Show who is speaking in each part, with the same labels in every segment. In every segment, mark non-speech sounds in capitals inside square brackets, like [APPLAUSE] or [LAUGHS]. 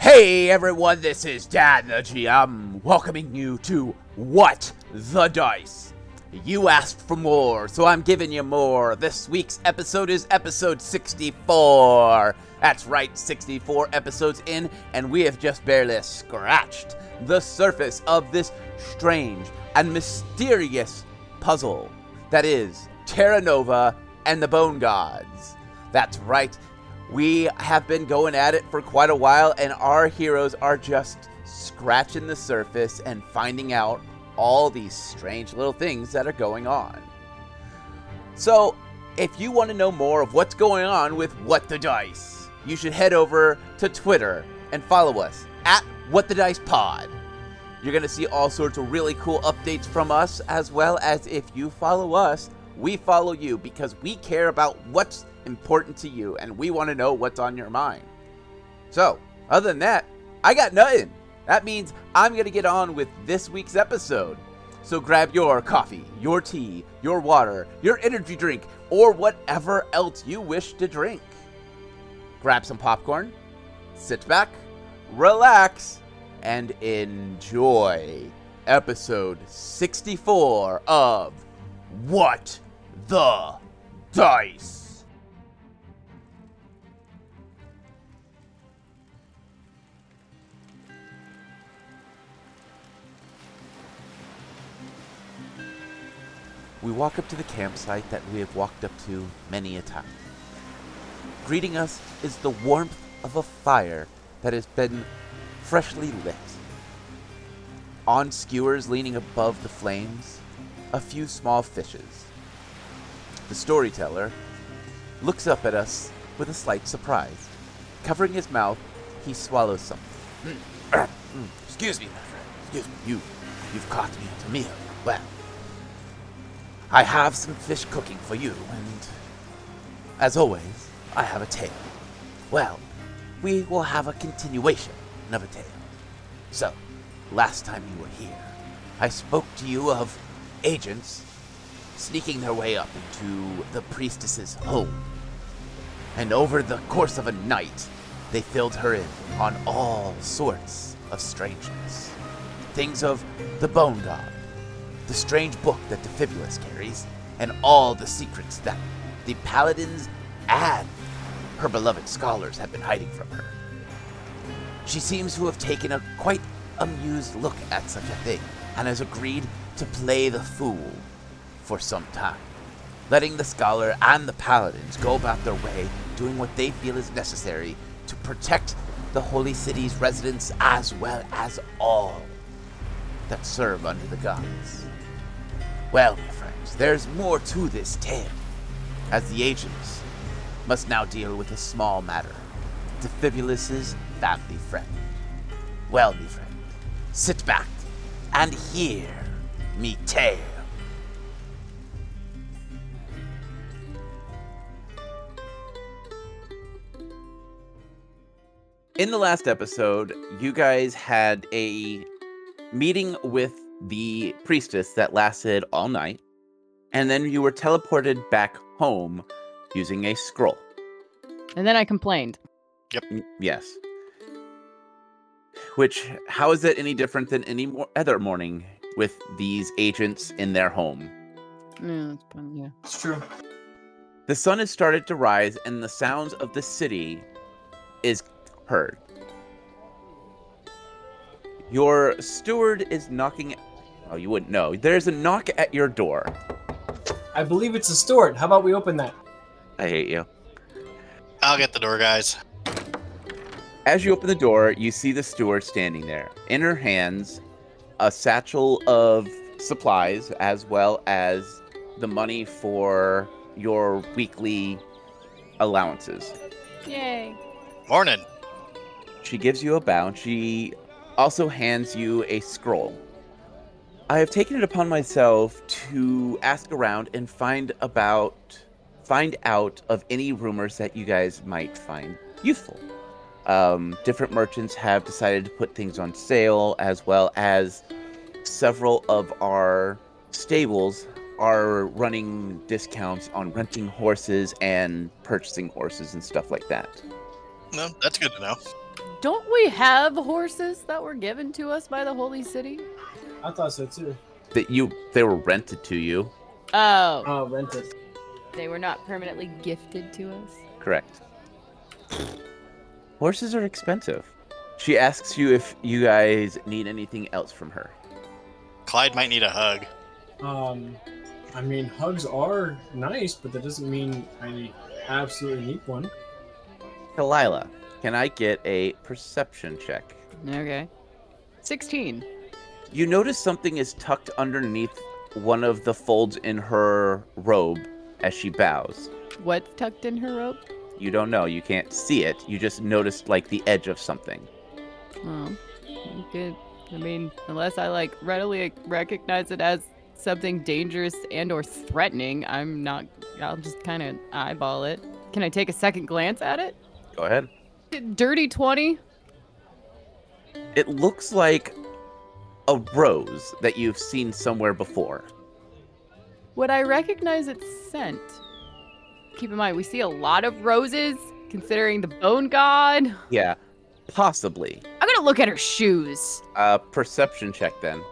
Speaker 1: Hey everyone, this is Dan the GM, welcoming you to What the Dice. You asked for more, so I'm giving you more. This week's episode is episode 64. That's right, 64 episodes in, and we have just barely scratched the surface of this strange and mysterious puzzle that is Terra Nova and the Bone Gods. That's right, we have been going at it for quite a while, and our heroes are just scratching the surface and finding out all these strange little things that are going on. So, if you want to know more of what's going on with What the Dice, you should head over to Twitter and follow us at What the Dice Pod. You're going to see all sorts of really cool updates from us, as well as if you follow us, we follow you because we care about what's important to you and we want to know what's on your mind. So, other than that, I got nothing. That means I'm going to get on with this week's episode. So, grab your coffee, your tea, your water, your energy drink, or whatever else you wish to drink. Grab some popcorn, sit back, relax, and enjoy episode 64 of What the Dice. we walk up to the campsite that we have walked up to many a time. Greeting us is the warmth of a fire that has been freshly lit. On skewers leaning above the flames, a few small fishes. The storyteller looks up at us with a slight surprise. Covering his mouth, he swallows something. [CLEARS THROAT] Excuse me, my friend. Excuse me. You, you've caught me at a meal. Well, I have some fish cooking for you, and as always, I have a tale. Well, we will have a continuation of a tale. So, last time you were here, I spoke to you of agents sneaking their way up into the priestess's home. And over the course of a night, they filled her in on all sorts of strangeness. Things of the bone god, the strange book that the Fibulus carries, and all the secrets that the Paladins and her beloved scholars have been hiding from her. She seems to have taken a quite amused look at such a thing and has agreed to play the fool for some time, letting the scholar and the Paladins go about their way, doing what they feel is necessary to protect the holy city's residents as well as all that serve under the gods. Well, my friends, there's more to this tale, as the agents must now deal with a small matter to Fibulus's family friend. Well, me friend, sit back and hear me tale. In the last episode, you guys had a meeting with the priestess that lasted all night, and then you were teleported back home using a scroll.
Speaker 2: And then I complained.
Speaker 1: Yes. Which, how is that any different than any mo- other morning with these agents in their home?
Speaker 2: Yeah, it's fun, yeah.
Speaker 3: It's true.
Speaker 1: The sun has started to rise, and the sounds of the city is heard. Your steward is knocking. Oh, you wouldn't know. There's a knock at your door.
Speaker 3: I believe it's a steward. How about we open that?
Speaker 1: I hate you.
Speaker 4: I'll get the door, guys.
Speaker 1: As you open the door, you see the steward standing there. In her hands, a satchel of supplies, as well as the money for your weekly allowances.
Speaker 2: Yay.
Speaker 4: Morning.
Speaker 1: She gives you a bow and she also hands you a scroll. I have taken it upon myself to ask around and find about find out of any rumors that you guys might find useful. Um, different merchants have decided to put things on sale, as well as several of our stables are running discounts on renting horses and purchasing horses and stuff like that.
Speaker 4: No, that's good to know.
Speaker 2: Don't we have horses that were given to us by the holy city?
Speaker 3: I thought so too.
Speaker 1: That you they were rented to you,
Speaker 2: Oh,
Speaker 3: Oh, rent it.
Speaker 2: they were not permanently gifted to us.
Speaker 1: correct? [SNIFFS] Horses are expensive. She asks you if you guys need anything else from her.
Speaker 4: Clyde might need a hug.
Speaker 3: Um, I mean, hugs are nice, but that doesn't mean I absolutely need one.
Speaker 1: Kalila, can I get a perception check?
Speaker 2: Okay. 16.
Speaker 1: You notice something is tucked underneath one of the folds in her robe as she bows.
Speaker 2: What's tucked in her rope?
Speaker 1: You don't know, you can't see it. You just noticed like the edge of something.
Speaker 2: Oh, good. I mean, unless I like readily recognize it as something dangerous and or threatening, I'm not. I'll just kind of eyeball it. Can I take a second glance at it?
Speaker 1: Go ahead.
Speaker 2: Dirty twenty.
Speaker 1: It looks like a rose that you've seen somewhere before.
Speaker 2: Would I recognize its scent? Keep in mind, we see a lot of roses. Considering the bone god, I'm
Speaker 1: Yeah, possibly.
Speaker 2: gonna look at her shoes.
Speaker 1: Uh, perception check then.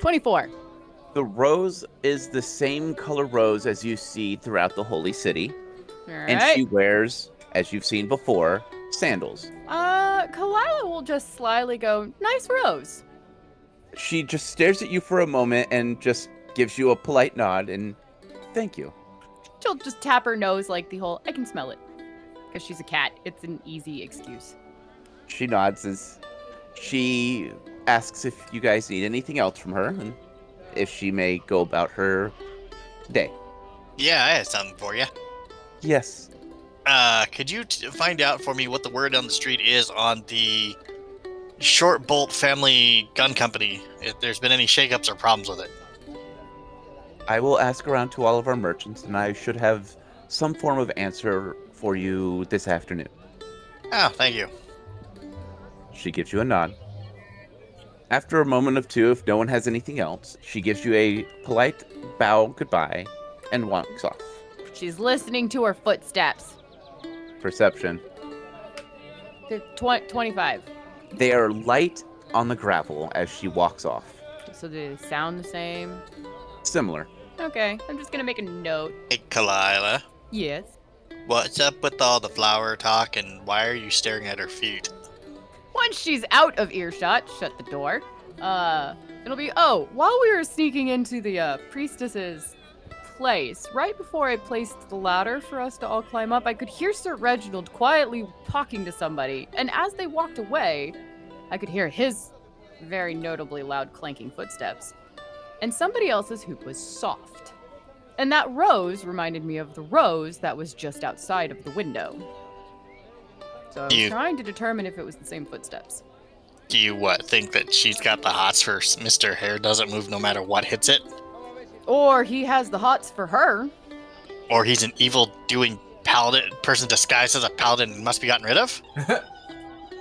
Speaker 2: Twenty-four.
Speaker 1: The rose is the same color rose as you see throughout the holy city,
Speaker 2: All right.
Speaker 1: and she wears, as you've seen before, sandals.
Speaker 2: Uh, Kalila will just slyly go, "Nice rose."
Speaker 1: She just stares at you for a moment and just gives you a polite nod and thank you.
Speaker 2: She'll just tap her nose like the whole I can smell it. Because she's a cat. It's an easy excuse.
Speaker 1: She nods as she asks if you guys need anything else from her and if she may go about her day.
Speaker 4: Yeah, I had something for you.
Speaker 1: Yes,
Speaker 4: Uh, could you t- find out for me what the word on the street is on the Short Bolt Family Gun Company? If there's been any shakeups or problems with it?
Speaker 1: I will ask around to all of our merchants and I should have some form of answer for you this afternoon.
Speaker 4: Oh, thank you.
Speaker 1: She gives you a nod. After a moment of two, if no one has anything else, she gives you a polite bow goodbye and walks off.
Speaker 2: She's listening to her footsteps.
Speaker 1: Perception.
Speaker 2: They're tw- 25.
Speaker 1: They are light on the gravel as she walks off.
Speaker 2: So do they sound the same?
Speaker 1: Similar.
Speaker 2: Okay. I'm just going to make a note.
Speaker 4: Hey, Kalila.
Speaker 2: Yes.
Speaker 4: What's up with all the flower talk and why are you staring at her feet?
Speaker 2: Once she's out of earshot, shut the door. Uh, it'll be oh, while we were sneaking into the uh, priestess's place, right before I placed the ladder for us to all climb up, I could hear Sir Reginald quietly talking to somebody, and as they walked away, I could hear his very notably loud clanking footsteps, and somebody else's hoop was soft. And that rose reminded me of the rose that was just outside of the window. So I was
Speaker 4: You-
Speaker 2: trying to determine if it was the same footsteps.
Speaker 4: Do you what think that she's got the hots for s- Mr. Hair doesn't move no matter what hits it?
Speaker 2: Or he has the hots for her.
Speaker 4: Or he's an evil doing paladin person disguised as a paladin and must be gotten rid of?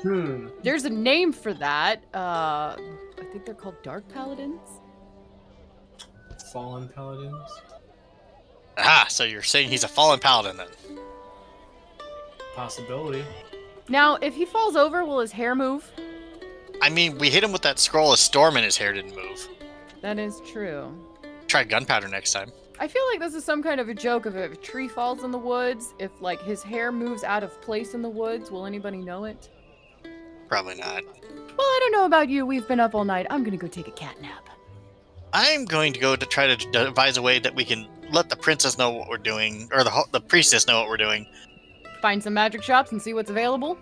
Speaker 3: Hmm.
Speaker 2: There's a name for that. Uh, I think they're called dark paladins.
Speaker 3: Fallen paladins.
Speaker 4: Aha, so you're saying he's a fallen paladin then?
Speaker 3: Possibility.
Speaker 2: Now, if he falls over, will his hair move?
Speaker 4: I mean, we hit him with that scroll of storm and his hair didn't move.
Speaker 2: That is true.
Speaker 4: Try gunpowder next time.
Speaker 2: I feel like this is some kind of a joke of if a tree falls in the woods, if like his hair moves out of place in the woods, will anybody know it?
Speaker 4: Probably not.
Speaker 2: Well, I don't know about you. We've been up all night. I'm gonna go take a cat nap.
Speaker 4: I'm going to go to try to d- devise a way that we can let the princess know what we're doing, or the ho- the priestess know what we're doing.
Speaker 2: Find some magic shops and see what's available.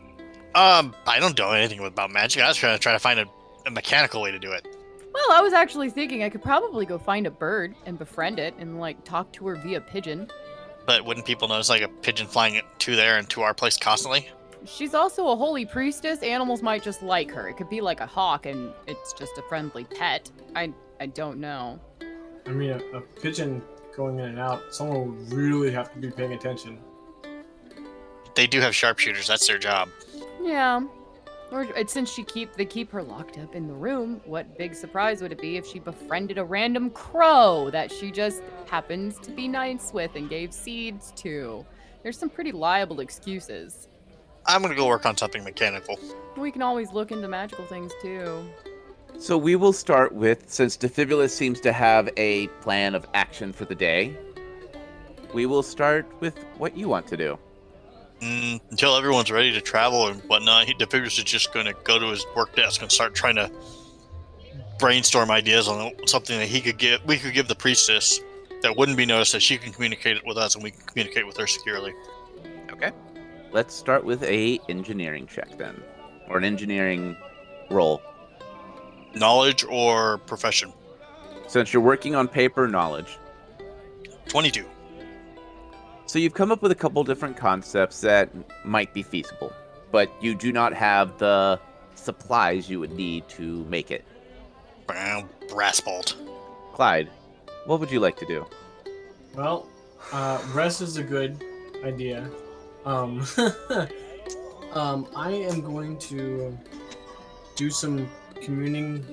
Speaker 4: Um, I don't know anything about magic. I was trying to try to find a, a mechanical way to do it.
Speaker 2: Well, I was actually thinking I could probably go find a bird and befriend it and like talk to her via pigeon.
Speaker 4: But wouldn't people notice like a pigeon flying to there and to our place constantly?
Speaker 2: She's also a holy priestess. Animals might just like her. It could be like a hawk, and it's just a friendly pet. I I don't know.
Speaker 3: I mean, a, a pigeon going in and out. Someone would really have to be paying attention.
Speaker 4: They do have sharpshooters. That's their job.
Speaker 2: Yeah, Yeah. Or and since she keep they keep her locked up in the room, what big surprise would it be if she befriended a random crow that she just happens to be nice with and gave seeds to? There's some pretty liable excuses.
Speaker 4: I'm gonna go work on something mechanical.
Speaker 2: We can always look into magical things too.
Speaker 1: So we will start with, since Defibulus seems to have a plan of action for the day, we will start with what you want to do.
Speaker 4: Mm, until everyone's ready to travel and whatnot, he Defibulus is just gonna go to his work desk and start trying to brainstorm ideas on something that he could give. We could give the priestess that wouldn't be noticed that she can communicate it with us and we can communicate with her securely.
Speaker 1: Let's start with a engineering check then, or an engineering roll.
Speaker 4: Knowledge or profession.
Speaker 1: Since you're working on paper knowledge,
Speaker 4: Twenty-two.
Speaker 1: So you've come up with a couple different concepts that might be feasible, but you do not have the supplies you would need to make it.
Speaker 4: Brown brass bolt.
Speaker 1: Clyde, what would you like to do?
Speaker 3: Well, uh, rest is a good idea. Um, [LAUGHS] um, I am going to do some communing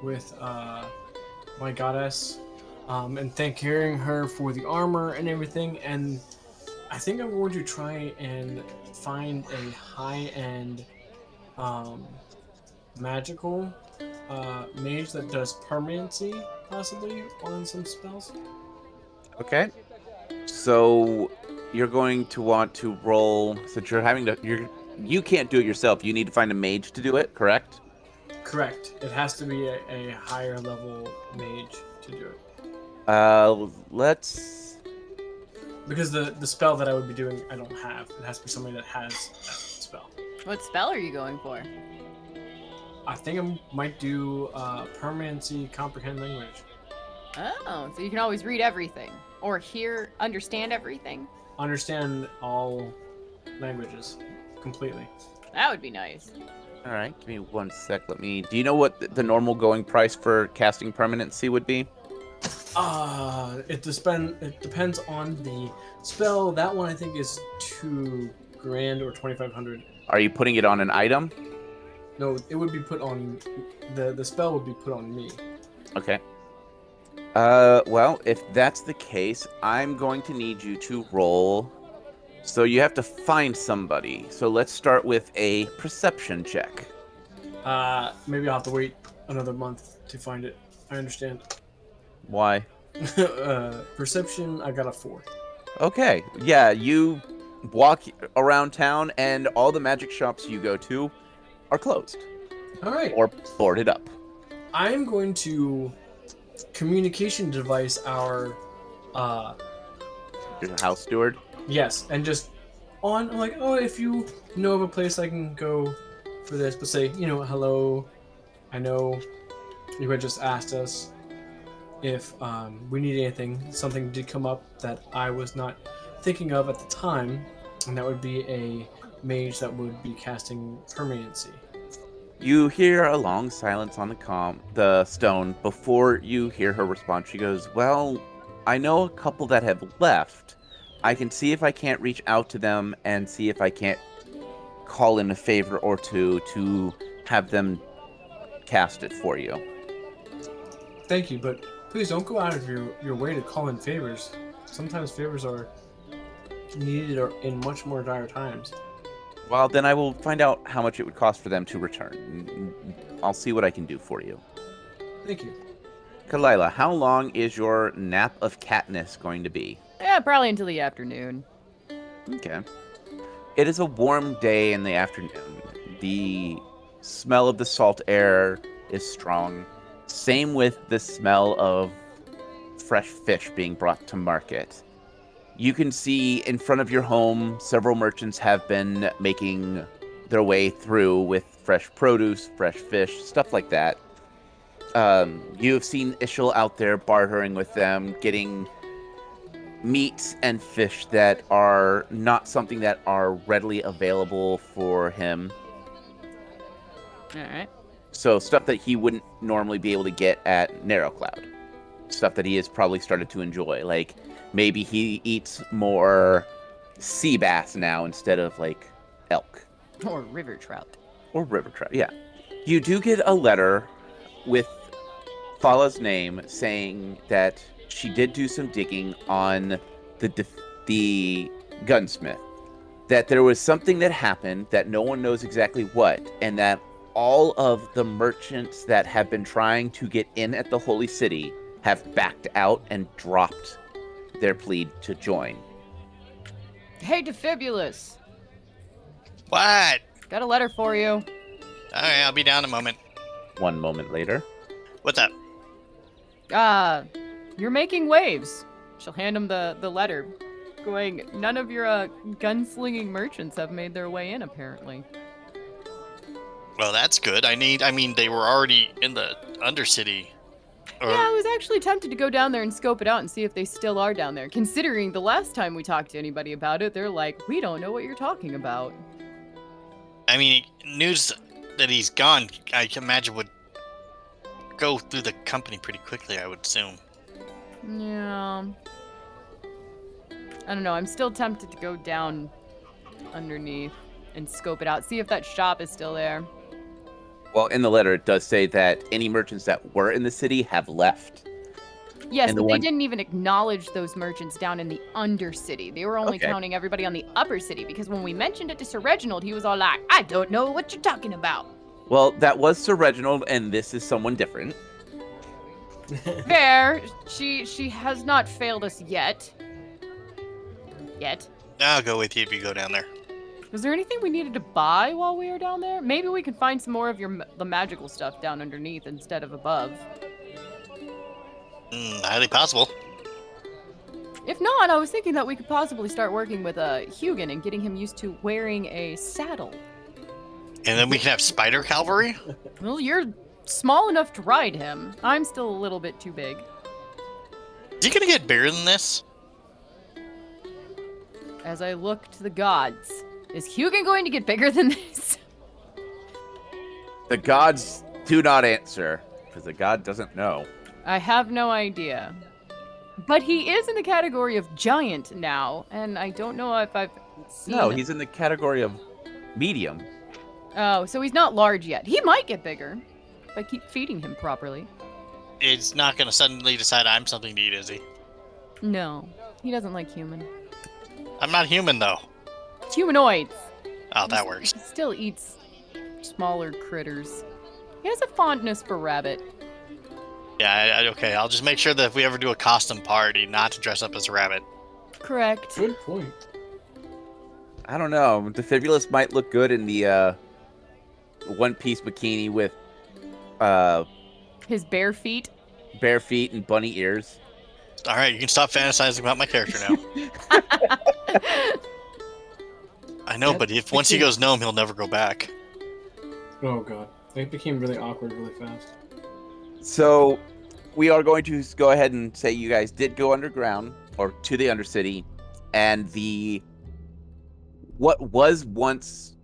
Speaker 3: with uh, my goddess um, and thank hearing her for the armor and everything. And I think I'm going to try and find a high end um, magical uh, mage that does permanency, possibly, on some spells.
Speaker 1: Okay. So you're going to want to roll since you're having to you're you can't do it yourself. You need to find a mage to do it, correct?
Speaker 3: Correct. It has to be a, a higher level mage to do it.
Speaker 1: Uh let's
Speaker 3: Because the, the spell that I would be doing, I don't have. It has to be somebody that has that spell.
Speaker 2: What spell are you going for?
Speaker 3: I think I might do uh, permanency, comprehend language.
Speaker 2: Oh, so you can always read everything or hear, understand everything.
Speaker 3: Understand all languages completely.
Speaker 2: That would be nice.
Speaker 1: all right, give me one sec. Let me do you know what the, the normal going price for casting permanency would be?
Speaker 3: Uh, it, depend, it depends on the spell. That one I think is two grand or 2500.
Speaker 1: Are you putting it on an item?
Speaker 3: No, it would be put on. The, the spell would be put on me.
Speaker 1: Okay. Uh, well, if that's the case, I'm going to need you to roll. So you have to find somebody. So let's start with a perception check.
Speaker 3: Uh, maybe I'll have to wait another month to find it. I understand. [LAUGHS]
Speaker 1: Why?
Speaker 3: uh, perception, I got a four.
Speaker 1: Okay. Yeah, you walk around town, and all the magic shops you go to are closed
Speaker 3: All right.
Speaker 1: or boarded up.
Speaker 3: I'm going to communication device our uh
Speaker 1: There's a house steward.
Speaker 3: yes and just on I'm like oh if you know of a place I can go for this but say you know hello I know you had just asked us if um, we need anything something did come up that I was not thinking of at the time and that would be a mage that would be casting permanency
Speaker 1: You hear a long silence on the com the stone before you hear her response. She goes, "Well, I know a couple that have left. I can see if I can't reach out to them and see if I can't call in a favor or two to have them cast it for you."
Speaker 3: thank you but please don't go out of your, your way to call in favors sometimes favors are needed or in much more dire times
Speaker 1: Well, then I will find out how much it would cost for them to return. I'll see what I can do for you.
Speaker 3: thank you
Speaker 1: Kalila, how long is your nap of catness going to be?
Speaker 2: Yeah, probably until the afternoon.
Speaker 1: Okay. It is a warm day in the afternoon. The smell of the salt air is strong. Same with the smell of fresh fish being brought to market. You can see in front of your home, several merchants have been making their way through with fresh produce, fresh fish, stuff like that. Um, you have seen Ishil out there bartering with them, getting meats and fish that are not something that are readily available for him.
Speaker 2: All right.
Speaker 1: So stuff that he wouldn't normally be able to get at Narrow Cloud. Stuff that he has probably started to enjoy. Like maybe he eats more sea bass now instead of like elk.
Speaker 2: Or river trout.
Speaker 1: or river trout. Yeah, you do get a letter with Fala's name saying that she did do some digging on the def- the gunsmith. That there was something that happened that no one knows exactly what, and that all of the merchants that have been trying to get in at the holy city have backed out and dropped their plea to join.
Speaker 2: Hey, Defibulus,
Speaker 4: What?
Speaker 2: got a letter for you.
Speaker 4: All right, I'll be down in a moment.
Speaker 1: One moment later.
Speaker 4: What's up?
Speaker 2: Ah, you're making waves. She'll hand him the, the letter, going, None of your uh, gunslinging merchants have made their way in, apparently.
Speaker 4: Well, that's good. I need. I mean, they were already in the Undercity. Or,
Speaker 2: Yeah, I was actually tempted to go down there and scope it out and see if they still are down there, considering the last time we talked to anybody about it, they're like, We don't know what you're talking about.
Speaker 4: I mean, news that he's gone, I can imagine would go through the company pretty quickly. I would assume.
Speaker 2: Yeah. I don't know. I'm still tempted to go down underneath and scope it out, see if that shop is still there.
Speaker 1: Well, in the letter, it does say that any merchants that were in the city have left.
Speaker 2: Yes,
Speaker 1: And the
Speaker 2: but they
Speaker 1: one-
Speaker 2: didn't even acknowledge those merchants down in the undercity. They were only
Speaker 1: Okay.
Speaker 2: counting everybody on the upper city because when we mentioned it to Sir Reginald, he was all like, I don't know what you're
Speaker 1: [LAUGHS]
Speaker 2: talking about.
Speaker 1: Well, that was Sir Reginald, and this is someone different.
Speaker 2: Fair. She she has not failed us yet. Yet.
Speaker 4: I'll go with you if you go down there.
Speaker 2: Was there anything we needed to buy while we were down there? Maybe we can find some more of your ma- the magical stuff down underneath instead of above.
Speaker 4: Mm, highly possible.
Speaker 2: If not, I was thinking that we could possibly start working with uh, Hugin and getting him used to wearing a saddle.
Speaker 4: And then we can have Spider Cavalry.
Speaker 2: Well, you're small enough to ride him. I'm still a little bit too big.
Speaker 4: Is he gonna get bigger than this?
Speaker 2: As I look to the gods, is Hugin going to get bigger than [LAUGHS] this?
Speaker 1: The gods do not answer because the god doesn't know.
Speaker 2: I have no idea. But he is in the category of giant now, and I don't know if I've seen.
Speaker 1: No, he's in the category of medium.
Speaker 2: Oh, so he's not large yet. He might get bigger if I keep feeding him properly.
Speaker 4: It's not gonna suddenly decide I'm something to eat, is he?
Speaker 2: No, he doesn't like human.
Speaker 4: I'm not human though.
Speaker 2: It's humanoids.
Speaker 4: Oh, that
Speaker 2: He
Speaker 4: works.
Speaker 2: s- he still eats smaller critters. He has a fondness for rabbit.
Speaker 4: Yeah, I, I, okay. I'll just make sure that if we ever do a costume party, not to dress up as a rabbit.
Speaker 2: Correct.
Speaker 3: Good point.
Speaker 1: I don't know. Defibulus might look good in the uh, one piece bikini with uh,
Speaker 2: His bare feet. [LAUGHS]
Speaker 1: bare feet and bunny ears.
Speaker 4: All right, you can stop fantasizing about my character now. I know, but if once he goes gnome, he'll never go back.
Speaker 3: Oh god, that became really awkward really fast.
Speaker 1: So we are going to go ahead and say you guys did go underground or to the undercity and the what was once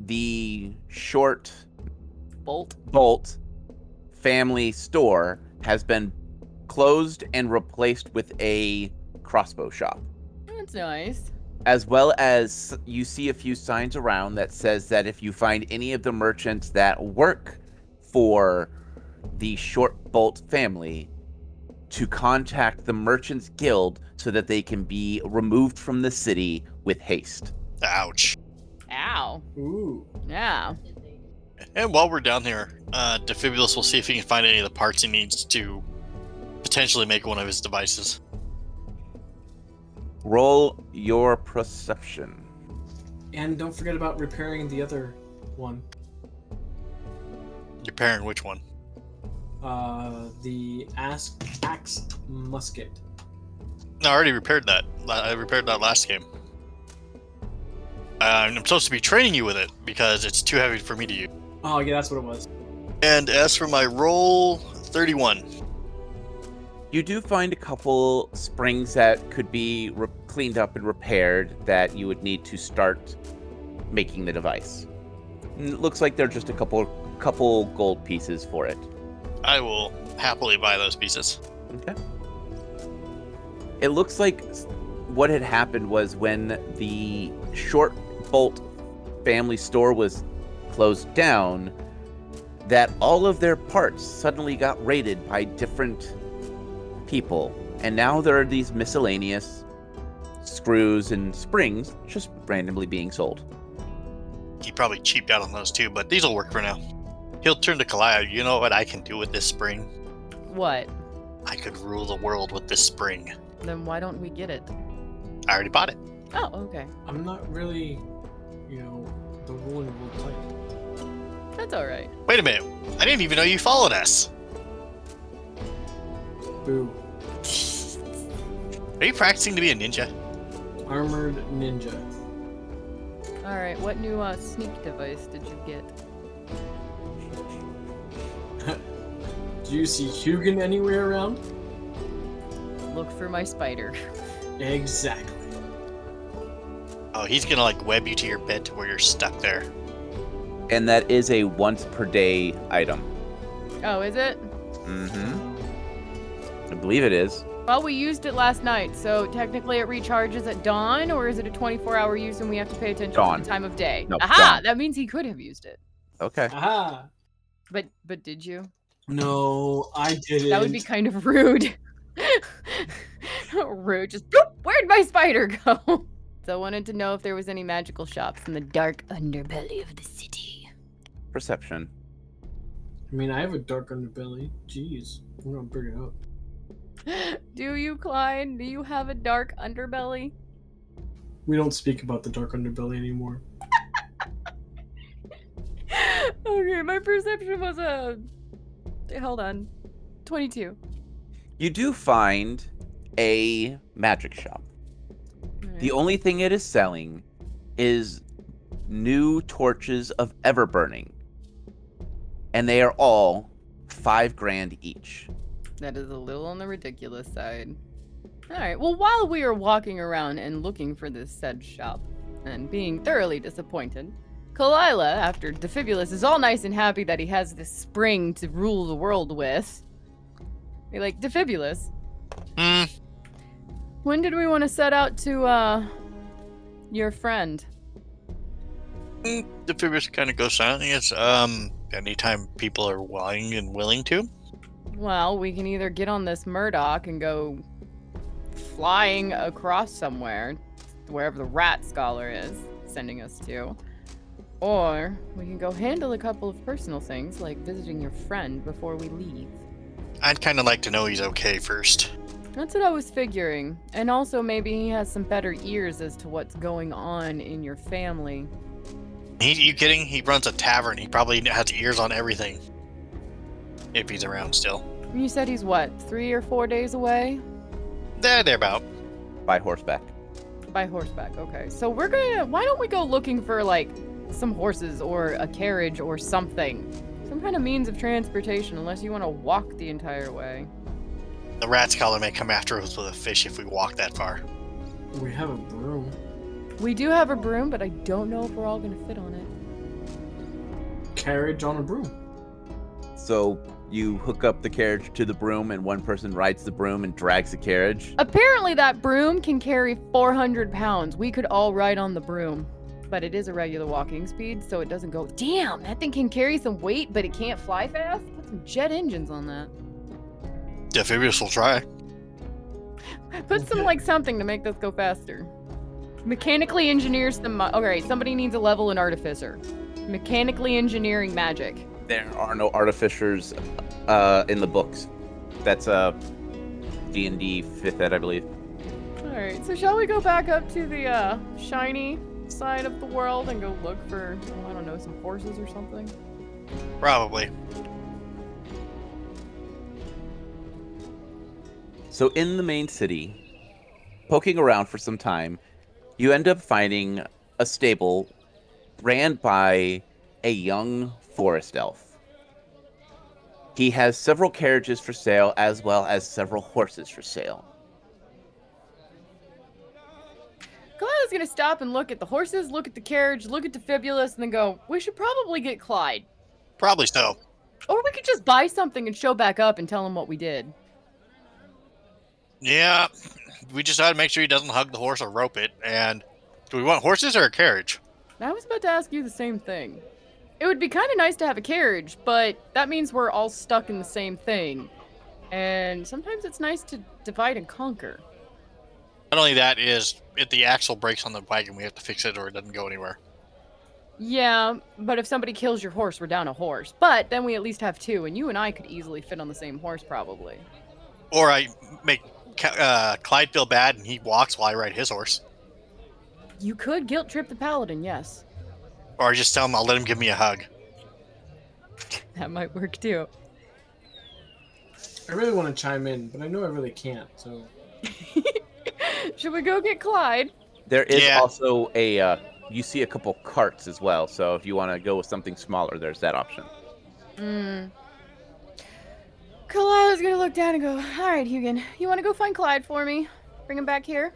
Speaker 1: the short
Speaker 2: Bolt.
Speaker 1: bolt family store has been closed and replaced with a crossbow shop
Speaker 2: That's nice.
Speaker 1: as well as you see a few signs around that says that if you find any of the merchants that work for the short bolt family to contact the merchants guild so that they can be removed from the city with haste
Speaker 4: Ouch.
Speaker 2: Ow.
Speaker 3: Ooh.
Speaker 2: Yeah.
Speaker 4: And while we're down here, uh, Defibulus will see if he can find any of the parts he needs to potentially make one of his devices.
Speaker 1: roll your perception
Speaker 3: And don't forget about repairing the other one.
Speaker 4: You're pairing which one?
Speaker 3: Uh, the ask axe musket.
Speaker 4: No, I already repaired that. La- I repaired that last game. Uh, I'm supposed to be training you with it because it's too heavy for me to use.
Speaker 3: Oh yeah, that's what it was.
Speaker 4: And as for my roll, 31.
Speaker 1: You do find a couple springs that could be re- cleaned up and repaired that you would need to start making the device. And it looks like they're just a couple couple gold pieces for it.
Speaker 4: I will happily buy those pieces.
Speaker 1: Okay. It looks like s- what had happened was when the short bolt family store was closed down that all of their parts suddenly got raided by different people. And now there are these miscellaneous screws and springs just randomly being sold.
Speaker 4: He probably cheaped out on those too, but these will work for now. He'll turn to Kalia. You know what I can do with this spring?
Speaker 2: What?
Speaker 4: I could rule the world with this spring.
Speaker 2: Then why don't we get it?
Speaker 4: I already bought it.
Speaker 2: Oh, okay.
Speaker 3: I'm not really, you know, the ruling world type.
Speaker 2: That's all right.
Speaker 4: Wait a minute. I didn't even know you followed us.
Speaker 3: Boo.
Speaker 4: Are you practicing to be a ninja?
Speaker 3: Armored ninja.
Speaker 2: All right. What new uh, sneak device did you get?
Speaker 3: Do you see Hugin anywhere around?
Speaker 2: Look for my spider. [LAUGHS]
Speaker 3: Exactly.
Speaker 4: Oh, he's gonna like web you to your bed to where you're stuck there.
Speaker 1: And that is a once per day item.
Speaker 2: Oh, is it?
Speaker 1: Mm-hmm. I believe it is.
Speaker 2: Well, we used it last night, so technically it recharges at dawn, or is it a 24-hour use and we have to pay attention
Speaker 1: Dawn.
Speaker 2: to the time of day?
Speaker 1: No,
Speaker 2: Aha!
Speaker 1: dawn.
Speaker 2: That means he could have used it.
Speaker 1: Okay.
Speaker 3: Aha!
Speaker 2: But but did you?
Speaker 3: No, I didn't.
Speaker 2: That would be kind of rude. [LAUGHS] rude. Just boop, where'd my spider go? [LAUGHS] So I wanted to know if there was any magical shops in the dark underbelly of the city. [GASPS]
Speaker 1: Perception.
Speaker 3: I mean, I have a dark underbelly. Jeez, I'm gonna bring it up.
Speaker 2: Do you, Klein? Do you have a dark underbelly?
Speaker 3: We don't speak about the dark underbelly anymore.
Speaker 2: [GASPS] okay, my perception was a. Hold on. 22.
Speaker 1: You do find a magic shop. The only thing it is selling is new torches of Everburning. And they are all five grand each.
Speaker 2: That is a little on the ridiculous side. All right. Well, while we are walking around and looking for this said shop and being thoroughly disappointed, Kalila, after Defibulus is all nice and happy that he has this spring to rule the world with, be like, Defibulus,
Speaker 4: Hmm.
Speaker 2: when did we want to set out to, uh, your friend?
Speaker 4: The figures kind of go silently. It's um, anytime people are willing and willing to.
Speaker 2: Well, we can either get on this Murdoch and go flying across somewhere, wherever the rat scholar is sending us to, or we can go handle a couple of personal things like visiting your friend before we leave.
Speaker 4: I'd kind of like to know he's okay first.
Speaker 2: That's what I was figuring. And also, maybe he has some better ears as to what's going on in your family.
Speaker 4: He, you kidding? He runs a tavern. He probably has ears on everything. If he's around still.
Speaker 2: You said he's what, three or four days away?
Speaker 4: There, there about.
Speaker 1: By horseback.
Speaker 2: By horseback, okay. So we're gonna. Why don't we go looking for, like, some horses or a carriage or something? Some kind of means of transportation, unless you wanna walk the entire way.
Speaker 4: The rat's collar may come after us with a fish if we walk that far.
Speaker 3: We have a broom.
Speaker 2: We do have a broom, but I don't know if we're all gonna fit on it.
Speaker 3: Carriage on a broom.
Speaker 1: So you hook up the carriage to the broom, and one person rides the broom and drags the carriage.
Speaker 2: Apparently, that broom can carry 400 pounds. We could all ride on the broom. But it is a regular walking speed, so it doesn't go. Damn, that thing can carry some weight, but it can't fly fast? Put some jet engines on that.
Speaker 4: Defibrius will try.
Speaker 2: Put some
Speaker 3: Okay.
Speaker 2: like something to make this go faster. Mechanically engineers the. Mo- okay, somebody needs a level in artificer. Mechanically engineering magic.
Speaker 1: There are no artificers uh, in the books. That's uh, D&D 5th ed, I believe.
Speaker 2: All right, so shall we go back up to the uh, shiny side of the world and go look for oh, I don't know some horses or something?
Speaker 4: Probably.
Speaker 1: So in the main city, poking around for some time, you end up finding a stable ran by a young forest elf. He has several carriages for sale as well as several horses for sale.
Speaker 2: Clyde's gonna stop and look at the horses, look at the carriage, look at the fibulus, and then go. We should probably get Clyde,
Speaker 4: Probably so.
Speaker 2: or we could just buy something and show back up and tell him what we did.
Speaker 4: Yeah. We just ought to make sure he doesn't hug the horse or rope it. And do we want horses or a carriage?
Speaker 2: I was about to ask you the same thing. It would be kind of nice to have a carriage, but that means we're all stuck in the same thing. And sometimes it's nice to divide and conquer.
Speaker 4: Not only that is if the axle breaks on the wagon, we have to fix it or it doesn't go anywhere.
Speaker 2: Yeah, but if somebody kills your horse, we're down a horse. But then we at least have two, and you and I could easily fit on the same horse, probably.
Speaker 4: Or I make Ca- uh, Clyde feel bad and he walks while I ride his horse.
Speaker 2: You could guilt trip the paladin, yes.
Speaker 4: Or I just tell him I'll let him give me a hug.
Speaker 2: That might work too. [LAUGHS]
Speaker 3: I really want to chime in, but I know I really can't. So
Speaker 2: Should we go get Clyde?
Speaker 1: There is
Speaker 4: Yeah.
Speaker 1: also a. Uh, you see a couple carts as well, so if you want to go with something smaller, there's that option.
Speaker 2: Mm. Clyde's gonna look down and go, All right, Hugin, you wanna go find Clyde for me? Bring him back here?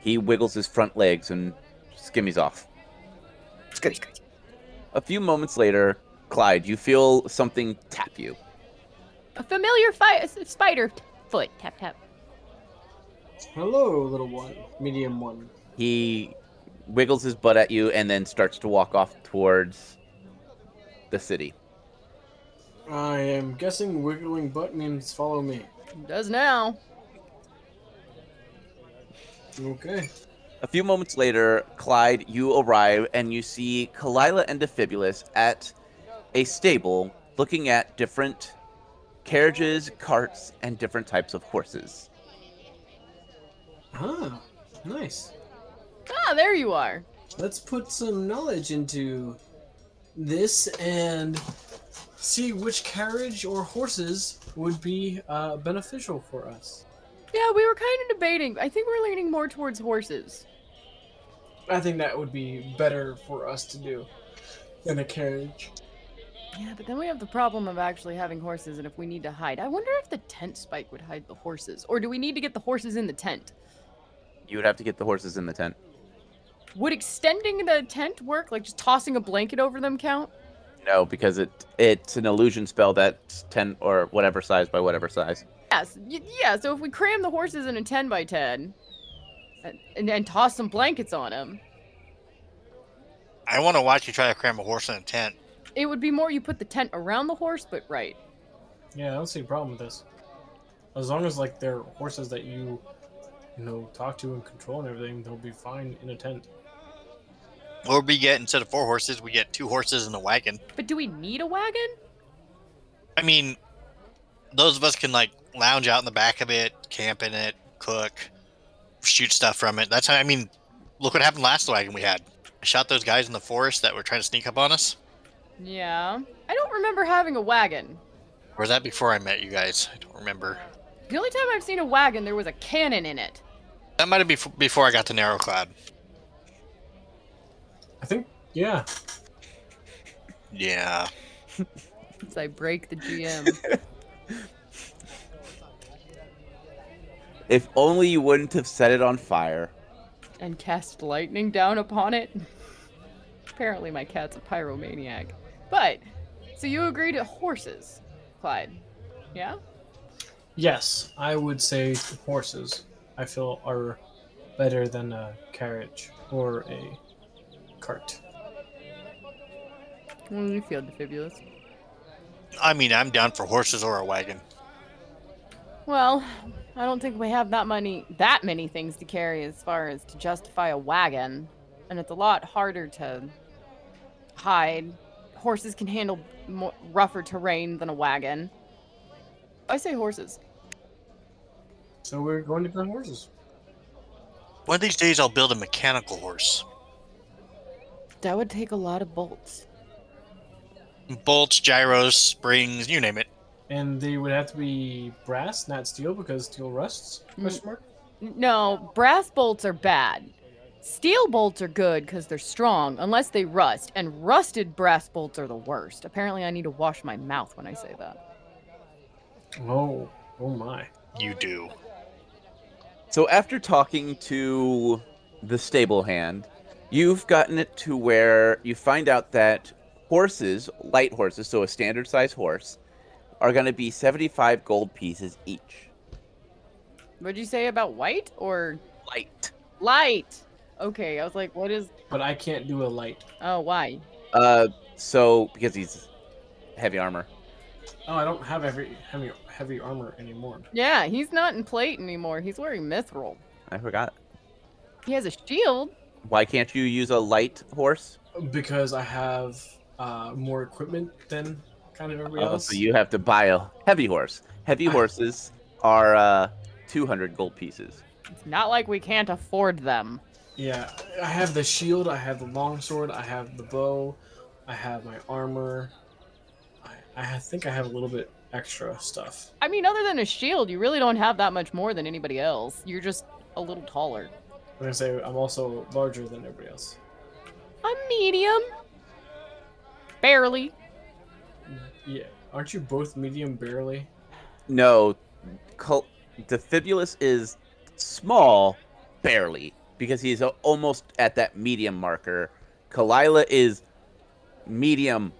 Speaker 1: He wiggles his front legs and skimmies off.
Speaker 2: Scurry, scurry.
Speaker 1: A few moments later, Clyde, you feel something tap you.
Speaker 2: A familiar fi- s- spider t- foot. Tap, tap.
Speaker 3: hello, little one, medium one.
Speaker 1: He wiggles his butt at you and then starts to walk off towards the city.
Speaker 3: I am guessing wiggling butt means follow me.
Speaker 2: Does now.
Speaker 3: Okay.
Speaker 1: A few moments later, Clyde, you arrive and you see Kalila and Defibulus at a stable looking at different carriages, carts, and different types of horses.
Speaker 3: Ah, nice.
Speaker 2: Ah, there you are.
Speaker 3: Let's put some knowledge into this and see which carriage or horses would be uh, beneficial for us.
Speaker 2: Yeah, we were kind of debating. I think we're leaning more towards horses.
Speaker 3: I think that would be better for us to do than a carriage.
Speaker 2: Yeah, but then we have the problem of actually having horses, and if we need to hide, I wonder if the tent spike would hide the horses, or do we need to get the horses in the tent?
Speaker 1: You would have to get the horses in the tent.
Speaker 2: Would extending the tent work? Like just tossing a blanket over them count?
Speaker 1: No, because it it's an illusion spell that's ten or whatever size by whatever size.
Speaker 2: Yes. Y- yeah. So if we cram the horses in a ten by ten, and and, and toss some blankets on them,
Speaker 4: I want to watch you try to cram a horse in a tent.
Speaker 2: it would be more you put the tent around the horse. But right.
Speaker 3: Yeah, I don't see a problem with this. As long as like they're horses that you, you know, talk to and control and everything, they'll be fine in a tent.
Speaker 4: Or we get instead of four horses, we get two horses in a wagon.
Speaker 2: But do we need a wagon?
Speaker 4: I mean, those of us can like lounge out in the back of it, camp in it, cook, shoot stuff from it. That's how I mean. Look what happened last wagon we had. I shot those guys in the forest that were trying to sneak up on us.
Speaker 2: Yeah. I don't remember having a wagon.
Speaker 4: Or was that before I met you guys? I don't remember.
Speaker 2: The only time I've seen a wagon, there was a cannon in it.
Speaker 4: That might have been bef- before I got to Narrow Cloud.
Speaker 3: I think. Yeah.
Speaker 4: Yeah.
Speaker 2: As I break the GM.
Speaker 1: If only you wouldn't have set it on fire.
Speaker 2: and cast lightning down upon it. Apparently, my cat's a pyromaniac. But, so you agree to horses, Clyde? Yeah?
Speaker 3: Yes, I would say horses. I feel are better than a carriage or a cart.
Speaker 2: What do you feel, Defibulous?
Speaker 4: I mean, I'm down for horses or a wagon.
Speaker 2: Well, I don't think we have that many that many things to carry as far as to justify a wagon, and it's a lot harder to hide. Horses can handle more, rougher terrain than a wagon. I say horses.
Speaker 3: So we're going to go on horses.
Speaker 4: One of these days, I'll build a mechanical horse.
Speaker 2: That would take a lot of bolts.
Speaker 4: Bolts, gyros, springs, you name it.
Speaker 3: And they would have to be brass, not steel, because steel rusts. Question mark.
Speaker 2: No, brass bolts are bad. Steel bolts are good because they're strong, unless they rust, and rusted brass bolts are the worst. Apparently, I need to wash my mouth when I say that.
Speaker 3: Oh, oh my.
Speaker 4: You do.
Speaker 1: So after talking to the stable hand, you've gotten it to where you find out that horses, light horses, so a standard size horse, are going to be 75 gold pieces each.
Speaker 2: What'd you say about white or
Speaker 1: Light.
Speaker 2: light? Okay, I was like, what is?
Speaker 3: but I can't do a light.
Speaker 2: Oh, why?
Speaker 1: Uh, so because he's heavy armor.
Speaker 3: Oh, I don't have every heavy heavy armor anymore.
Speaker 2: Yeah, he's not in plate anymore. He's wearing mithril.
Speaker 1: I forgot.
Speaker 2: He has a shield.
Speaker 1: Why can't you use a light horse?
Speaker 3: because I have uh, more equipment than kind of everybody
Speaker 1: Oh,
Speaker 3: else.
Speaker 1: so you have to buy a heavy horse. Heavy horses are uh, 200 gold pieces.
Speaker 2: It's not like we can't afford them.
Speaker 3: yeah, I have the shield. I have the longsword. I have the bow. I have my armor. I, I ha- think I have a little bit extra stuff.
Speaker 2: I mean, other than a shield, you really don't have that much more than anybody else. You're just a little taller.
Speaker 3: I'm gonna say I'm also larger than everybody else.
Speaker 2: I'm medium. Barely.
Speaker 3: Yeah, aren't you both medium barely?
Speaker 1: No, Col- Defibulus is small, barely, because he's a- almost at that medium marker. Kalila is medium,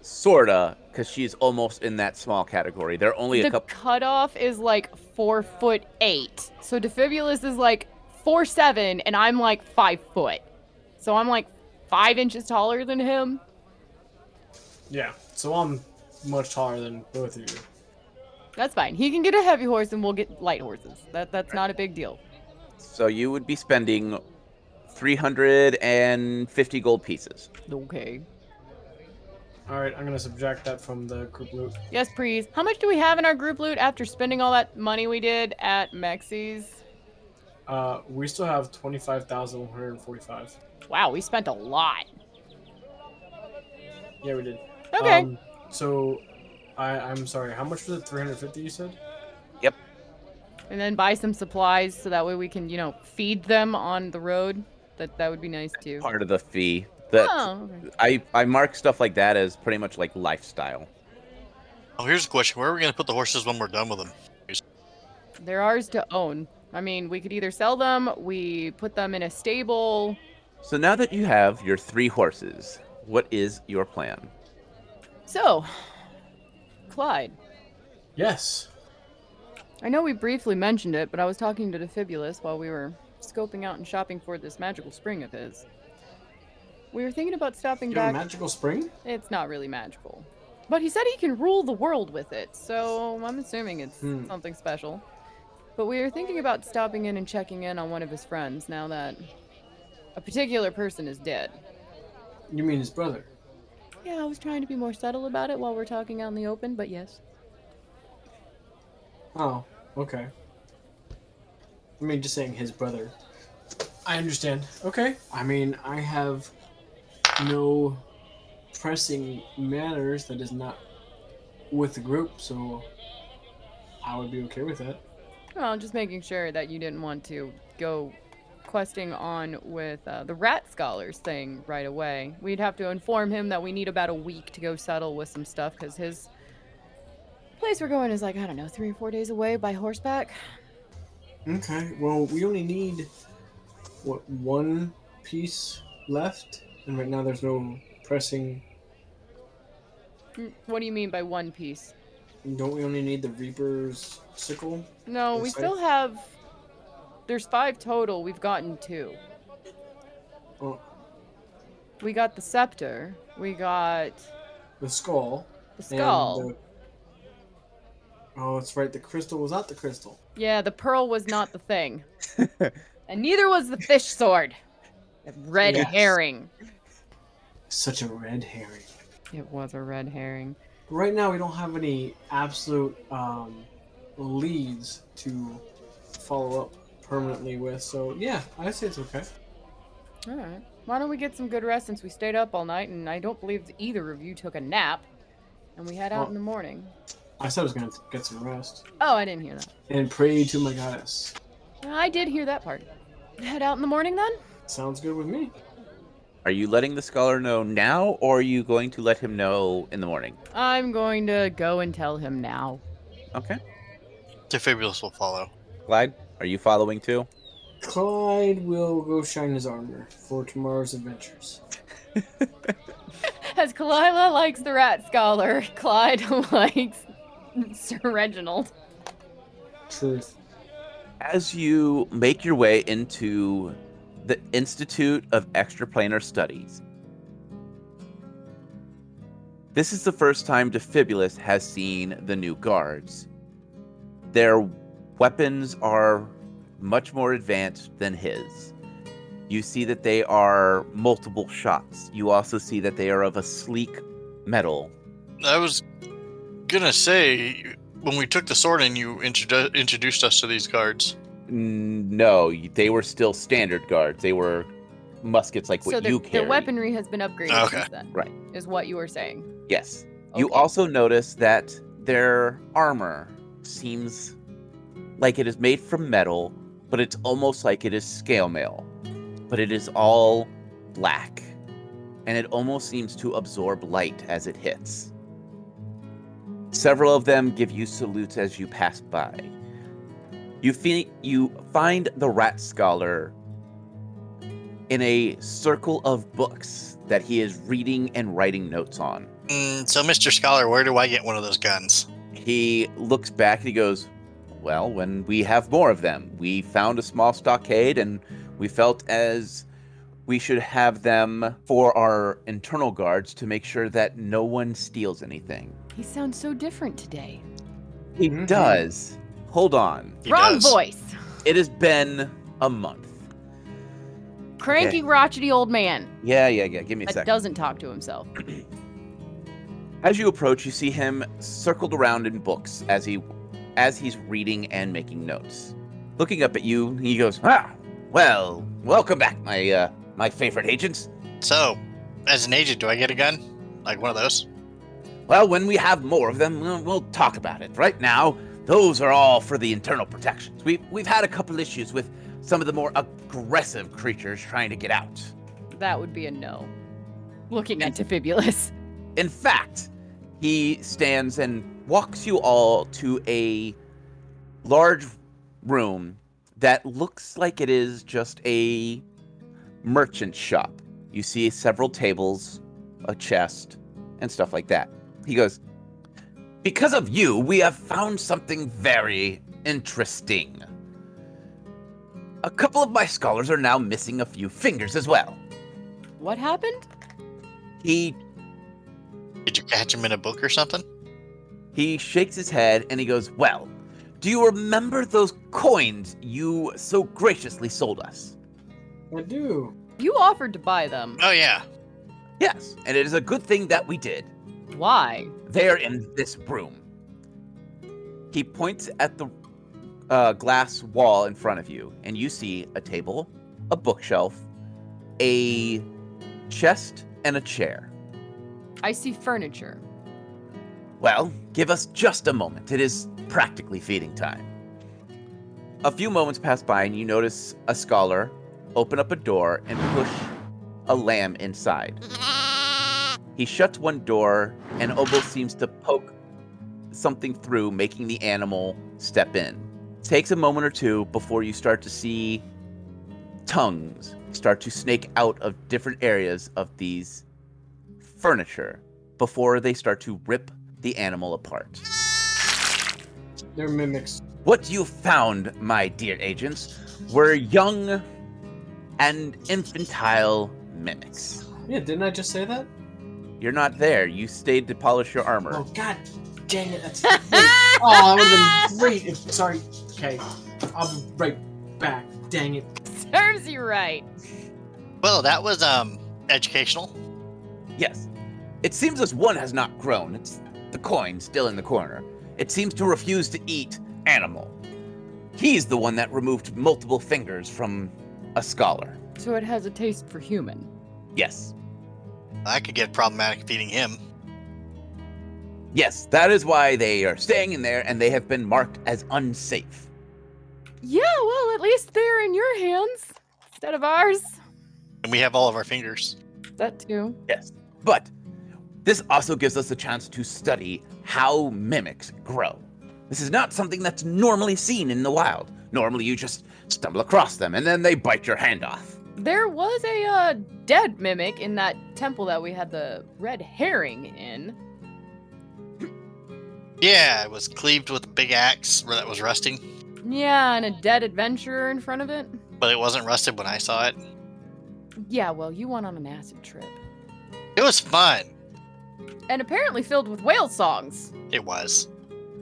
Speaker 1: sorta, because she's almost in that small category. They're only
Speaker 2: the
Speaker 1: a couple.
Speaker 2: cutoff is like four foot eight. So Defibulus is like four seven, and I'm like five foot. So I'm like five inches taller than him.
Speaker 3: Yeah, so I'm much taller than both of you.
Speaker 2: That's fine. He can get a heavy horse, and we'll get light horses. That that's not a big deal.
Speaker 1: So you would be spending 350 gold pieces.
Speaker 2: Okay.
Speaker 3: All right, I'm gonna subtract that from the group loot.
Speaker 2: Yes, please. How much do we have in our group loot after spending all that money we did at Mexi's?
Speaker 3: Uh, we still have twenty-five thousand one hundred forty-five.
Speaker 2: Wow, we spent a lot.
Speaker 3: Yeah, we did.
Speaker 2: Okay.
Speaker 3: Um, so, I, I'm sorry. How much was it? 350. You said.
Speaker 2: and then buy some supplies so that way we can, you know, feed them on the road. That that would be nice too.
Speaker 1: Part of the fee. That
Speaker 2: Oh, okay.
Speaker 1: I I mark stuff like that as pretty much like lifestyle.
Speaker 4: Oh, here's a question: Where are we gonna put the horses when we're done with them?
Speaker 2: They're ours to own. I mean, we could either sell them, we put them in a stable.
Speaker 1: So now that you have your three horses, what is your plan?
Speaker 2: So, Clyde,
Speaker 3: Yes.
Speaker 2: I know we briefly mentioned it, but I was talking to Defibulus while we were scoping out and shopping for this magical spring of his. We were thinking about stopping
Speaker 3: You have a
Speaker 2: back.
Speaker 3: magical spring.
Speaker 2: It's not really magical. But he said he can rule the world with it, so I'm assuming it's
Speaker 3: Hmm.
Speaker 2: something special. But we were thinking about stopping in and checking in on one of his friends now that a particular person is dead.
Speaker 3: You mean his brother?
Speaker 2: Yeah, I was trying to be more subtle about it while we're talking out in the open, but yes.
Speaker 3: Oh. Okay. I mean, just saying his brother. I understand. Okay. I mean, I have no pressing matters that is not with the group, so I would be okay with that.
Speaker 2: Well, just making sure that you didn't want to go questing on with uh, the rat scholars thing right away. We'd have to inform him that we need about a week to go settle with some stuff because his place we're going is like, I don't know, three or four days away by horseback.
Speaker 3: Okay, well, we only need what one piece left, and right now there's no pressing.
Speaker 2: Mm, What do you mean by one piece?
Speaker 3: Don't we only need the Reaper's sickle?
Speaker 2: No, we
Speaker 3: Looks like-
Speaker 2: still have. There's five total. We've gotten two.
Speaker 3: Oh,
Speaker 2: We got the scepter. We got
Speaker 3: the skull.
Speaker 2: the
Speaker 3: and uh,
Speaker 2: skull.
Speaker 3: the- Oh, that's right. The crystal was not the crystal.
Speaker 2: Yeah, the pearl was not the thing. and neither was the fish sword. That Red
Speaker 3: Yes.
Speaker 2: herring.
Speaker 3: Such a red herring.
Speaker 2: It was a red herring.
Speaker 3: Right now, we don't have any absolute um, leads to follow up permanently with, so yeah, I say it's okay.
Speaker 2: All right. Why don't we get some good rest since we stayed up all night and I don't believe either of you took a nap and we head out
Speaker 3: Oh.
Speaker 2: in the morning.
Speaker 3: I said I was gonna get some rest
Speaker 2: Oh, I didn't hear that.
Speaker 3: and pray to my goddess.
Speaker 2: I did hear that part. Head out in the morning then?
Speaker 3: Sounds good with me.
Speaker 1: Are you letting the scholar know now, or are you going to let him know in the morning?
Speaker 2: I'm going to go and tell him now.
Speaker 1: Okay.
Speaker 4: Defibulus will follow.
Speaker 1: Glide, are you following too?
Speaker 3: Clyde will go shine his armor for tomorrow's adventures.
Speaker 2: As Kalila likes the rat scholar, [LAUGHS] Clyde likes Sir Reginald.
Speaker 3: Truth.
Speaker 1: As you make your way into the Institute of Extraplanar Studies. This is the first time Defibulus has seen the new guards. Their weapons are much more advanced than his. You see that they are multiple shots. You also see that they are of a sleek metal.
Speaker 4: I was gonna say when we took the sword and you introdu- introduced us to these guards.
Speaker 1: N- No, y- they were still standard guards. They were muskets like what
Speaker 2: so the,
Speaker 1: you
Speaker 2: the
Speaker 1: carry.
Speaker 2: weaponry has been upgraded
Speaker 4: Okay.
Speaker 2: since then.
Speaker 1: Right.
Speaker 2: Is what you were saying.
Speaker 1: Yes. You
Speaker 2: Okay.
Speaker 1: also notice that their armor seems like it is made from metal, but it's almost like it is scale mail. But it is all black, and it almost seems to absorb light as it hits. Several of them give you salutes as you pass by. You, fe- you find the rat scholar in a circle of books that he is reading and writing notes on.
Speaker 4: Mm, so, Mr. Scholar, where do I get one of those guns?
Speaker 1: He looks back and he goes, Well, when we have more of them, we found a small stockade and we felt as we should have them for our internal guards to make sure that no one steals anything.
Speaker 2: He sounds so different today.
Speaker 1: He
Speaker 3: Mhm.
Speaker 1: does. Hold on.
Speaker 4: He
Speaker 2: Wrong
Speaker 4: does.
Speaker 2: voice.
Speaker 1: It has been a month.
Speaker 2: Cranky, crotchety old man
Speaker 1: Yeah, yeah, yeah. Give me a
Speaker 2: that
Speaker 1: second.
Speaker 2: doesn't talk to
Speaker 1: [CLEARS THROAT]
Speaker 2: himself.
Speaker 1: As you approach, you see him circled around in books as he as he's reading and making notes. Looking up at you, he goes, "Ah, well, welcome back, my uh, my favorite agents.
Speaker 4: So, as an agent, do I get a gun? Like one of those?
Speaker 1: Well, when we have more of them, we'll, we'll talk about it. Right now, those are all for the internal protections. We've we've had a couple issues with some of the more aggressive creatures trying to get out.
Speaker 2: That would be a no. Looking at Defibulus.
Speaker 1: In fact, he stands and walks you all to a large room that looks like it is just a merchant shop. You see several tables, a chest, and stuff like that. He goes, Because of you, we have found something very interesting. A couple of my scholars are now missing a few fingers as well.
Speaker 2: [LAUGHS] What happened?
Speaker 1: He
Speaker 4: Did you catch him in a book or something?
Speaker 1: He shakes his head and he goes, Well, do you remember those coins you so graciously sold us?
Speaker 3: I do.
Speaker 2: You offered to buy them.
Speaker 4: Oh, yeah.
Speaker 1: Yes, and it is a good thing that we did.
Speaker 2: Why?
Speaker 1: They're in this room. He points at the uh, glass wall in front of you, and you see a table, a bookshelf, a chest, and a chair.
Speaker 2: I
Speaker 1: [LAUGHS]
Speaker 2: see furniture.
Speaker 1: Well, give us just a moment. It is practically feeding time. A few moments pass by, and you notice a scholar open up a door and push a lamb inside. He shuts one door and almost seems to poke something through, making the animal step in. Takes a moment or two before you start to see tongues start to snake out of different areas of these furniture before they start to rip the animal apart.
Speaker 3: They're mimics.
Speaker 1: What you found, my dear agents, were young and infantile mimics.
Speaker 3: Yeah, didn't I just say that?
Speaker 1: You're not there. You stayed to polish your armor.
Speaker 3: Oh god, dang it! That's great.
Speaker 2: [LAUGHS]
Speaker 1: Ah!
Speaker 3: oh, that would great. If, sorry. Okay, I'll be right back. Dang it.
Speaker 2: Serves you right.
Speaker 4: Well, that was um educational.
Speaker 1: Yes. It seems as one has not grown. It's the coin still in the corner. It seems to refuse to eat animal. He's the one that removed multiple fingers from a scholar.
Speaker 2: So it has a taste for human.
Speaker 1: Yes.
Speaker 4: I could get problematic feeding him.
Speaker 1: Yes, that is why they are staying in there and they have been marked as unsafe.
Speaker 2: Yeah, well, at least they're in your hands instead of ours.
Speaker 4: And we have all of our fingers.
Speaker 2: That too.
Speaker 1: Yes. But this also gives us a chance to study how mimics grow. This is not something that's normally seen in the wild. Normally, you just stumble across them and then they bite your hand off.
Speaker 2: There was a uh, dead mimic in that temple that we had the red herring in.
Speaker 4: Yeah, it was cleaved with a big axe where that was rusting,
Speaker 2: Yeah, and a dead adventurer in front of it.
Speaker 4: but it wasn't rusted when I saw it.
Speaker 2: Yeah, well, you went on an acid trip.
Speaker 4: It was fun.
Speaker 2: And apparently filled with whale songs.
Speaker 4: It was.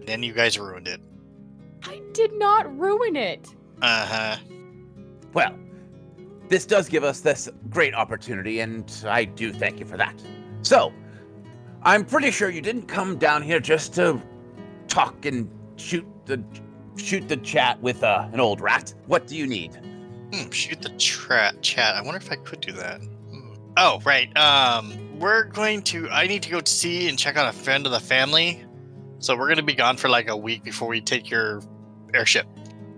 Speaker 4: Then you guys ruined it.
Speaker 2: I did not ruin it.
Speaker 4: Uh huh.
Speaker 1: Well, this does give us this great opportunity, and I do thank you for that. So, I'm pretty sure you didn't come down here just to talk and shoot the shoot the chat with uh, an old rat. What do you need?
Speaker 4: Hmm, shoot the tra- chat. I wonder if I could do that. Hmm. Oh, right. Um, we're going to. I need to go see and check on a friend of the family. So we're going to be gone for like a week before we take your airship.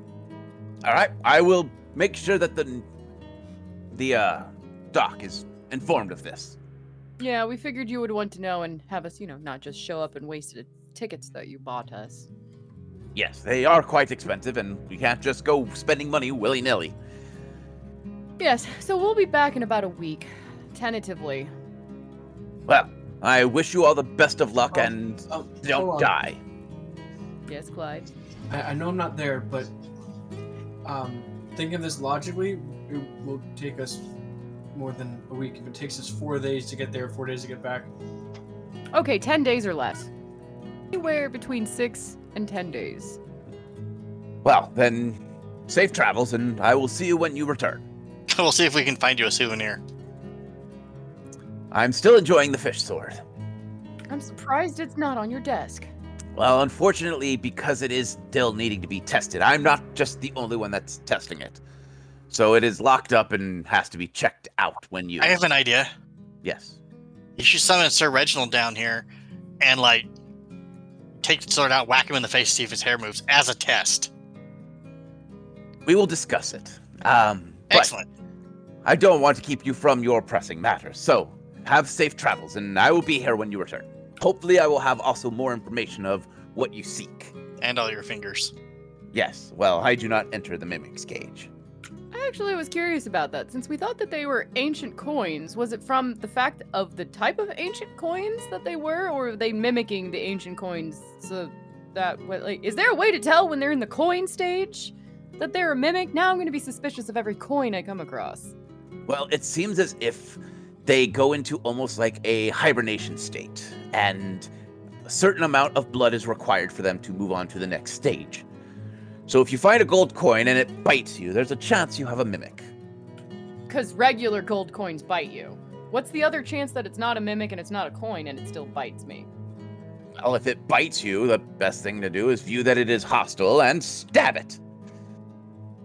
Speaker 4: [LAUGHS]
Speaker 1: All right, I will make sure that the the uh, doc is informed of this.
Speaker 2: Yeah, we figured you would want to know and have us, you know, not just show up and waste the tickets that you bought us.
Speaker 1: Yes, they are quite expensive, and we can't just go spending money willy nilly.
Speaker 2: Yes, so we'll be back in about a week, tentatively.
Speaker 1: Well, I wish you all the best of luck
Speaker 3: Oh,
Speaker 1: and
Speaker 3: Oh,
Speaker 1: don't
Speaker 3: hold on.
Speaker 1: die.
Speaker 2: Yes, Clyde.
Speaker 3: I, I know I'm not there, but um, thinking of this logically, it will take us more than a week. If it takes us four days to get there, four days to get back,
Speaker 2: Okay, 10 days or less. Anywhere between 6 and 10 days.
Speaker 1: Well, then, safe travels, and I will see you when you return.
Speaker 4: we'll see if we can find you a souvenir.
Speaker 1: I'm still enjoying the fish sword.
Speaker 2: I'm surprised it's not on your desk.
Speaker 1: Well, unfortunately, because it is still needing to be tested, I'm not just the only one that's testing it. So it is locked up and has to be checked out when you.
Speaker 4: I have an idea.
Speaker 1: Yes.
Speaker 4: You should summon Sir Reginald down here and like take the sword out, whack him in the face, see if his hair moves as a test.
Speaker 1: We will discuss it. Um, but
Speaker 4: Excellent.
Speaker 1: I don't want to keep you from your pressing matters, so have safe travels, and I will be here when you return. Hopefully, I will have also more information of what you seek.
Speaker 4: And all your fingers.
Speaker 1: Yes, well, I do not enter the mimic's cage.
Speaker 2: I actually was curious about that since we thought that they were ancient coins. Was it from the fact of the type of ancient coins that they were, or were they mimicking the ancient coins? So that what like is there a way to tell when they're in the coin stage that they're a mimic? Now I'm going to be suspicious of every coin I come across.
Speaker 1: Well, it seems as if they go into almost like a hibernation state, and a certain amount of blood is required for them to move on to the next stage. So if you find a gold coin and it bites you, there's a chance you have a mimic.
Speaker 2: Because regular gold coins bite you. What's the other chance that it's not a mimic and it's not a coin and it still bites me?
Speaker 1: Well, if it bites you, the best thing to do is view that it is hostile and stab it.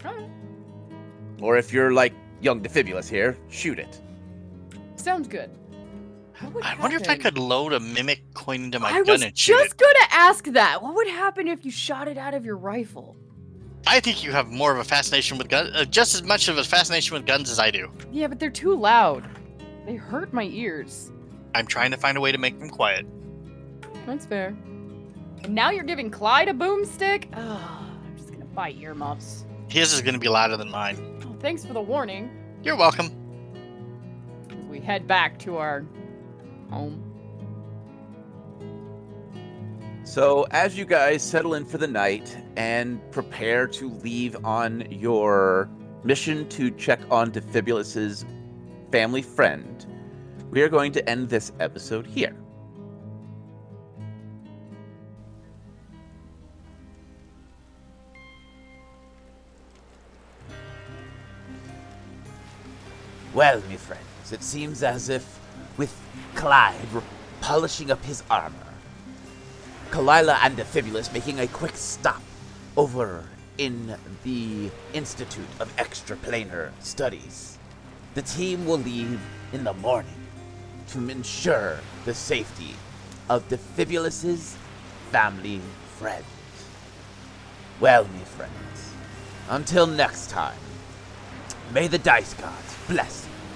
Speaker 2: Alright.
Speaker 1: Or if you're like young Defibulus here, shoot it.
Speaker 2: Sounds good. What would
Speaker 4: I wonder if I
Speaker 2: happen-
Speaker 4: could load a mimic coin into my
Speaker 2: I
Speaker 4: gun
Speaker 2: was
Speaker 4: and shoot
Speaker 2: just
Speaker 4: it.
Speaker 2: gonna ask that. What would happen if you shot it out of your rifle?
Speaker 4: I think you have more of a fascination with guns, uh, just as much of a fascination with guns as I do.
Speaker 2: Yeah, but they're too loud. They hurt my ears.
Speaker 4: I'm trying to find a way to make them quiet.
Speaker 2: That's fair. And now you're giving Clyde a boomstick? Ugh, I'm just gonna buy earmuffs.
Speaker 4: His is going to be louder than mine.
Speaker 2: Oh, thanks for the warning.
Speaker 4: You're welcome.
Speaker 2: As we head back to our home.
Speaker 1: So, as you guys settle in for the night and prepare to leave on your mission to check on Defibulus's family friend, we are going to end this episode here. Well, my friends, it seems as if with Clyde re- polishing up his armor, Kalila and Defibulus making a quick stop over in the Institute of Extraplanar Studies. The team will leave in the morning to ensure the safety of Defibulus's family friends. Well, my friends, until next time, may the dice gods bless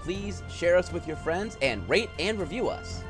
Speaker 1: please share us with your friends and rate and review us.